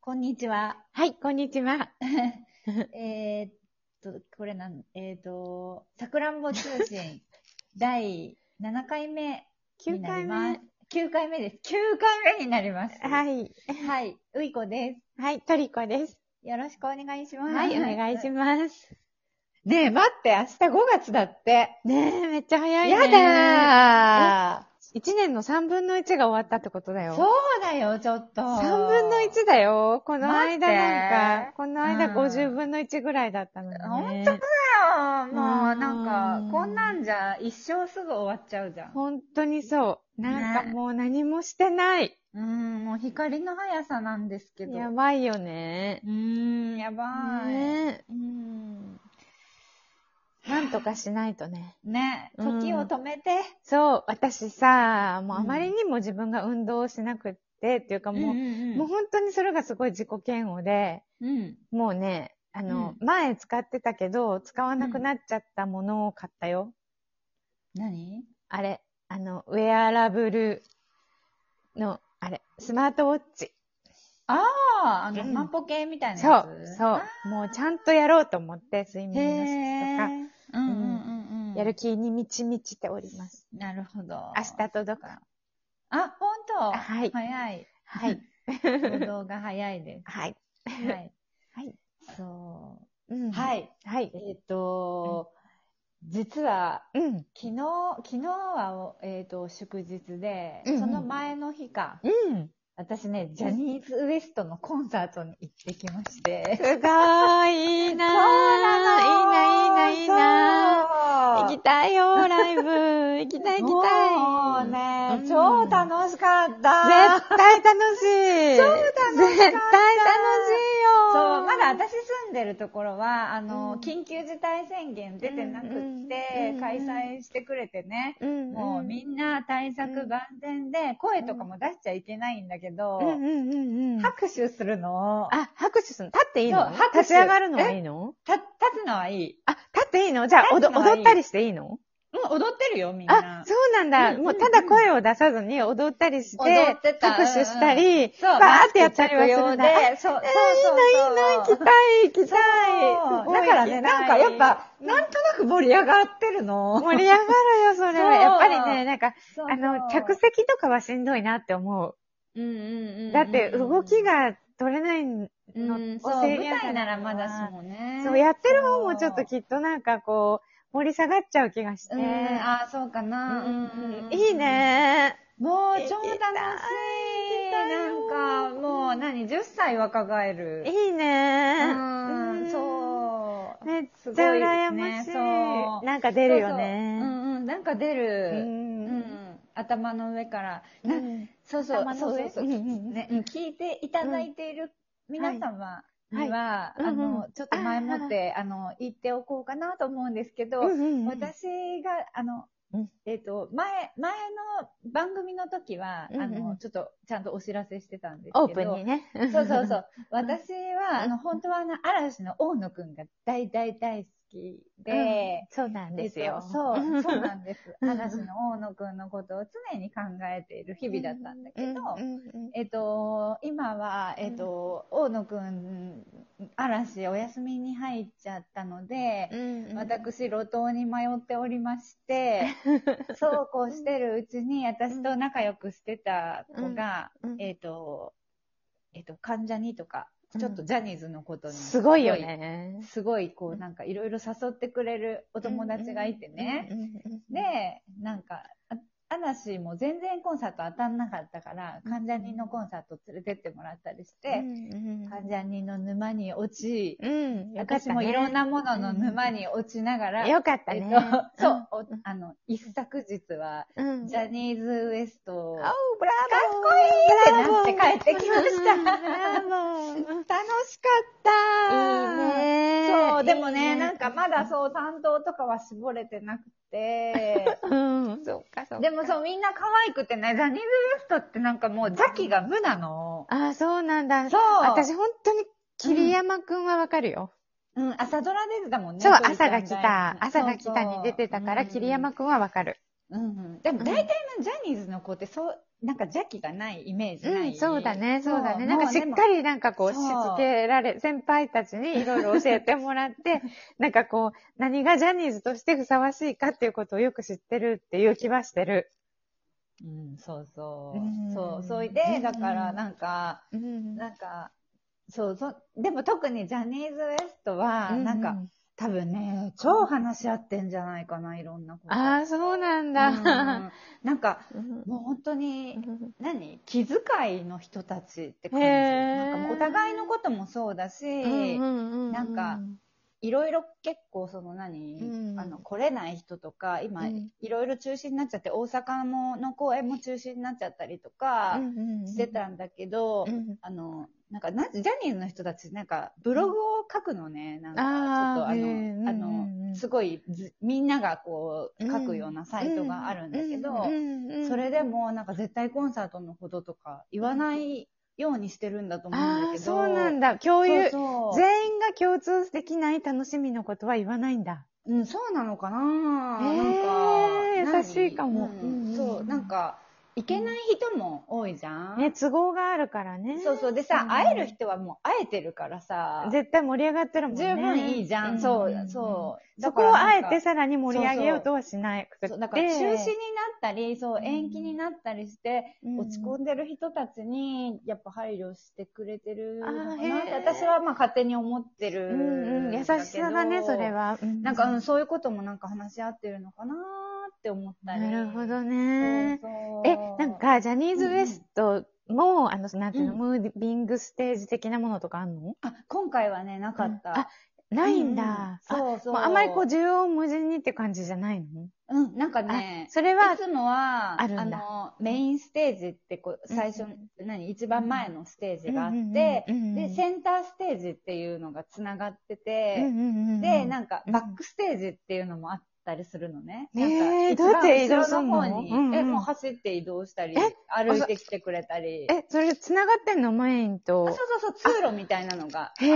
こんにちは。はい、こんにちは。えーっと、これなん、えーっと、さくらんぼ通 信第7回目に9なり回ま目す。。9回目です。9回目になります。い。はい。はい。ういこではい、トリコです。す。よろしくお願いします。はい、お願いしまます。す。ねえ、待って、明日5月だって。ねえ、めっちゃ早いね。やだー !1 年の3分の1が終わったってことだーよ。そうだよ、ちょっと。 3分の1だよ。この間な待んってか、この間うん50分の1ぐらいだったのに、ね。本だよ。もう、うんなんか、こんなんじゃ、一生すぐ終わっちゃうじゃん。本当にそう。なんかねもう何もしてない。うん、もう光の速さなんですけど。やばいよねう。ーん、やばい。ねうーん。え。なんとかしないとね。ね、うん時を止めて。そう、私さ、もううんあまりにも自分が運動をしなくって、っていうかもう、んもう本当にそれがすごい自己嫌悪で、うん。もうね、あの、う前使ってたけど、使わなくなっちゃったものを買ったよ。何あれ、あの、ウェアラブルの、あれ、スマートウォッチ。ああ、あの、うん万歩計みたいなそやう、つ。そあう。もうちゃんとやろうと思って、睡ー。へ眠の質え。うんうんうんうとん。か、やる。気に満ち満ちております。なるほど。明日届く。あ、ほんとはい早い。はい。行動が早いではい。 す。はい。はい。そうんう。はい。はい。えっと、実は、うん。昨日、昨日は、えっ、と、祝日で、うんうんその前の日か、うん。私ね、ジャニーズ WEST のコンサートに行ってきまして。すごい、いいなぁ。いいな、いいな、いいなな行きたいよ、ラ イブ。行きたい、行きたい。もうね、うん超楽しかった。絶対楽しい。超楽しかった絶対楽しいよ。そう、まだ私住んでるところは、あの、うん緊急事態宣言出てなくって、うんうん開催してくれてね。うんうん、もうみんな対策万全で、声とかも出しちゃいけないんだけど、うんうんうんうん。拍手するのを、あ、拍手するの立っていいのそう拍手立ち上がるのはいいのた立つのはいい。あ、立っていいのじゃあ、お立つどのはいい踊ったりしていいのもう踊ってるよ、みんあな、。そうなんだ。うんうんうんもうただ声を出さずに踊ったりして、踊ってた拍手したり、そう、バーってやったりはするんだ。あで、そう、そうそう行そうきたい、行きたい。そうだからね、なんかやっぱ、なんとなく盛り上がってるの。盛り上がるよ、それは。そうやっぱりね、なんか、そうあの、客、席とかはしんどいなって思う。うんうんうん。だって、動き、が取れないの、うん、そう、を制舞台限されなたららまだしもね。そう、やってる方もちょっときっとなんかこう、盛り下がっちゃう気がして。うん、あー、そうかうな。んうんいい。ねもう超楽しい。行きたいなんか、もう何、10歳若返る。いいねうんそう。めっちゃすごいです羨ねましい。そうなんか出るよそうそうね。うんうん、なんか出うる。うんん、頭の上から。うなんそうそう頭、そのうそ上うそう、うんうんうんね。うん聞いていただいている皆様には、はいはいあの、うんちょっと前もって、あの、言っておこうかなと思うんですけど、うんうんうん私が、あのうん、えっ、と、前、前の番組の時は、あうんうの、んちょっと、ちゃんとお知らせしてたんですけど。オープンにね。。そうそうそうう。 私は、あの、本当はあの、嵐の大野くんが大大大好きで、そうなんですえっよ。と そう、そうなんです。うん嵐の大野くんのことを常に考えている日々だったんだけど、うんうんうんえっと、今は、えっと、大野くん、嵐お休みに入っちゃったので、うんうん私、路頭に迷っておりまして、 そうこうしてるうちに、私と仲良くしてた子が、うんえっと、えっと、関ジャニとか、ちょっとジャニーズのことに、すごいよ。ね。すごい、こう、なんかいろいろ誘ってくれるお友達がいてね。うんうんうん。で、なんか、あ嵐も全然コンサート当たんなかったから、関ジャニのコンサート連れてってもらったりして、関ジャニの沼に落ち、うん、よかった私もいろんなものの沼に落ちながら、ね。よかったえっねと。、そう、おあの、一昨日は、うん。ジャニーズ WEST を、あかっブラこいいってなって帰ってきま した。ブラボー。楽しかったいいねそう、でもね、いいね、なんかまだそう、担当とかは絞れてなくて うん。そうか、そうでもそう、みんな可愛くてね、ジャニーズ WEST ってなんかもう、邪気が無なの。あ、そうなんだ。そう。私、本当に、桐山くんはわかるよ。うん、朝ドラ出てたもんね。そう、鳥ちゃ朝んが来た。朝が来たに出てたから、そうそう桐山くんはわかる。うんうん、でも大体のジャニーズの子ってそう、なんか邪気がないイメージうない、ん、そうだね、そうだね。もなんかしっでもかりなんかこう、しそうつけられ、先輩たちにいろいろ教えてもら って、なんかこう、何がジャニーズとしてふさわしいかっていうことをよく知ってるっていう気はしてる。うん、そうそうう。んそう、それうで、んだから、なんか、うんなんか、そう、そ、でも特にジャニーズ WEST は、なんか、、多分ね、超話し合ってんじゃないかな、いろんなこと。ああ、そうなんうだ。んなんか、うんもう本当に、うん何気遣いの人たちって感じ。へーなんかもうお互いのこともそうだし、うんなんか、いろいろ結構その何、うんあの来れない人とか今、うんいろいろ中止になっちゃって大阪もの公演も中止になっちゃったりとかしてたんだけど、うんあのなんかなジャニーズの人たちなんかブログを書くのね、なんかちょっとあーあへの,、ーあうんのうんうんすごいずみんながこう書くようなサイトがあるんだけど、それで、もなんか絶対コンサートのこととか言わないようにしてるんだと思うんあだあ、けど。そうなんだ。共有。そうそう全員が共通できない楽しみのことは言わないんだ。うん、そうなのかなえーなんか優しいかも何うんうんうんそう、なんか、行けない人も多いじゃん。ね、都合があるからね。そうそう。でさ、うん会える人はもう会えてるからさ、絶対盛り上がってるもんね。十分いいじゃん。そう、そう。うそこをあえてさ、さらに盛り上げようとはしないくて。そうだから中止になったり、そうう、ん延期になったりして、うん落ち込んでる人たちに、やっぱ配慮してくれてるのかなあっーへーて、私はまあ勝手に思ってるうんんうん。だ優けど。しさだね、それは。なんか、う、うんそういうこともなんか話し合ってるのかなーって思ったり。なるほどね。そうそうえ、なん、か、ジャニーズ WEST も、あの、なんていうの、うんムービングステージ的なものとかあんのあ、今回はね、なかった。あ、ないんだ。うんあうんそうそう。もうあんまりこう、縦横無尽にって感じじゃないのうん、なんかあね、それいは、つもは、ああるんだの、メインステージってこう、最初、うん何、一番前のステージがあっうんうんて、うんうんで、センターステージっていうのが繋がってて、で、でなんか、んか、うんバックステージっていうのもあったりするのね。えなんかー一どうやって移動番すんの後ろ方にうんうんえ、もう走って移動したりえ、歩いてきてくれたり。え、それ繋がってんのメインあとそう。そうそう、通路みたいなのがあって。へ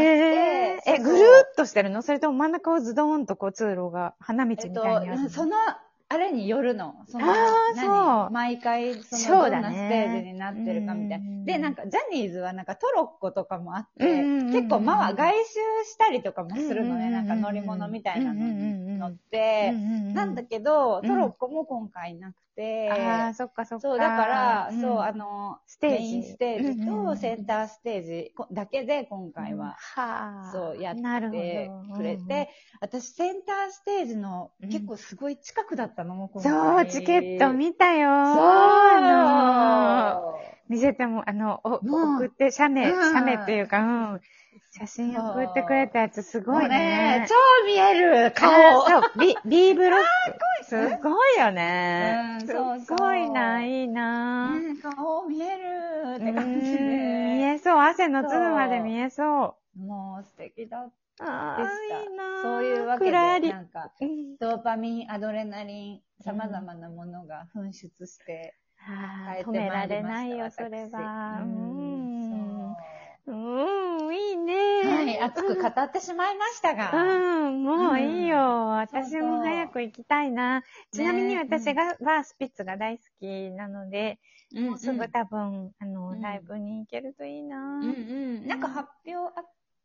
え、そうえ、そうぐるーっとしてるのそれとも真ん中をズドーンとこう通路が、花道みえたいっにとあるの、その、あれによるの。その、あー何そう毎回、そその、うどだんねなステージになってるかみたいうんうんうんな。で、なんか、ジャニーズはなんかトロッコとかもあって、うんうんうんうん結構、まあ、外周したりとかもするのね。うんうんなうんうんんか乗り物みたいなのに乗っうて。んうんうんなんだけど、うんトロッコも今回なくて。ああ、そっかそっか。そう、だから、んそう、あ、の、ステーメジ。インステージとセンーターステージこだけで今回ははあ。そうやってなるほでどくれて、、私センターステージのうん結構すごい近くだったの、もううん今そう、回チケット見たよそうあの見せても、あの、おもう送って、写メ、うん写メっていうか、うん。写真送ってくれたやつすごいね。超見えるあ顔ーそう、B、B ブロック。すいねごいよね。うんすそうそうっごいな、いいな。ね顔見えるってうん感じ見でえそう、汗の粒まで見えそう。もう素敵だっあであ、したいいな。たそういうわけでふらりな。んかうんドーパミンアドレナリンさまざまなものが噴出してあ変えーて止めまらいりれまないよ、しそたれ私は。ううんん。そううん、いいね。はい、熱く語ってしまいましたが。うん、もういいよ。私そうそうも早く行きたいな。ちなみにね私がバースピッツが大好きなので、うんもうすぐ多分、あうの、んライブに行けるといいな。うんうん。なんか発表あっ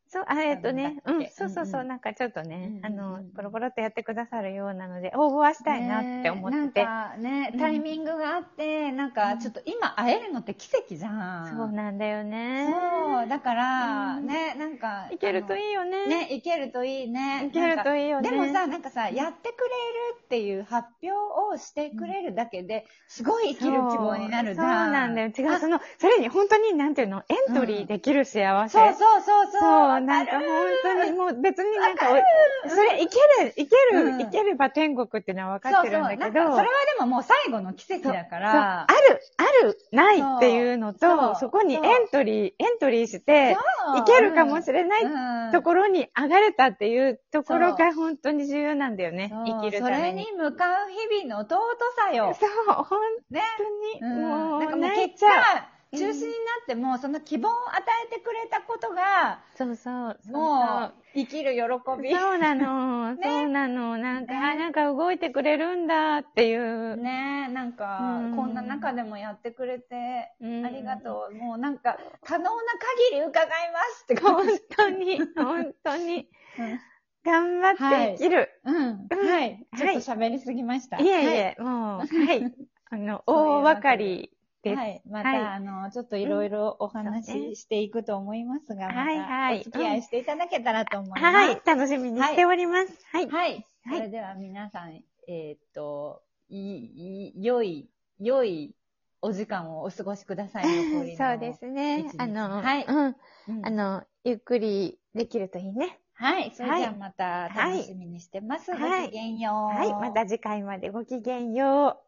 そう、あ、えっとね、なうんだっけん、そうそうそんうう、うんなんかちょっとね、あうんうんうんの、ボロボロってやってくださるようなので、応募はしたいなって思ってて。なんかね、タイミングがあって、なんかちょっと今会えるのって奇跡じゃん。そうなんだよね。そうだから、うんね、なんか。行けるといいよあね。の。ね、行けるといいね。行けるといいよね。でもさ、なんかさ、やってくれるっていう発表をしてくれるだけで、すごい生きる希望になるじゃん。そうそうなんだよ。違う、その、それに本当に、なんていうの、エントリーできる幸せ。そうそうそうそう。そう、なんか本当に、もう別になんか、おそれ、いける、いけうんる、いければ天国ってのは分かっそうてそう。るんなだんか、そけれど、はでももう最後の奇跡だかそうらあ。る、ある、ないっていうのそうと、そこにエそンうトリー、エントリーして、そういけるかもしれないうんところに上がれたっていうところそが本当に重要なんだよねそう。生きるそためれにに。向かう日々の尊さよ。そう、本ね。当に、んもなんかもうう泣い結ち果ゃう。、中止になっても、その希望を与えてくれたことが、そうそう。そうもう、生きる喜び。そうなの、そうなの。なんか、ねあなんか動いてくれるんだっていう。ねえ、なんかう、んこんな中でもやってくれて、うんありがとう。もうなんか、可能な限り伺いますって感本じ。当 に、本当に。頑張って生きる。うん。うんはい。ちょっはいと喋りすぎました。い、えいえ、もう、はい。あの、大分かりはでい。す。ははい、い。また、はいあの、ちょっといろいろお話そうねししていくと思いますが、はいまはたいお付き合いしていただけたらと思います。楽しみにしております。はい。はい。そはいれでは皆さん、えーっと、いい、い良い、良いお時間をお過ごしください。残りのそうで。すね一。日あの、はいうん。うんあの、ゆっくりできるといいね。はい。それではまた楽しみにしてます。はいごきげんよう。はい。また次回までごきげんよう。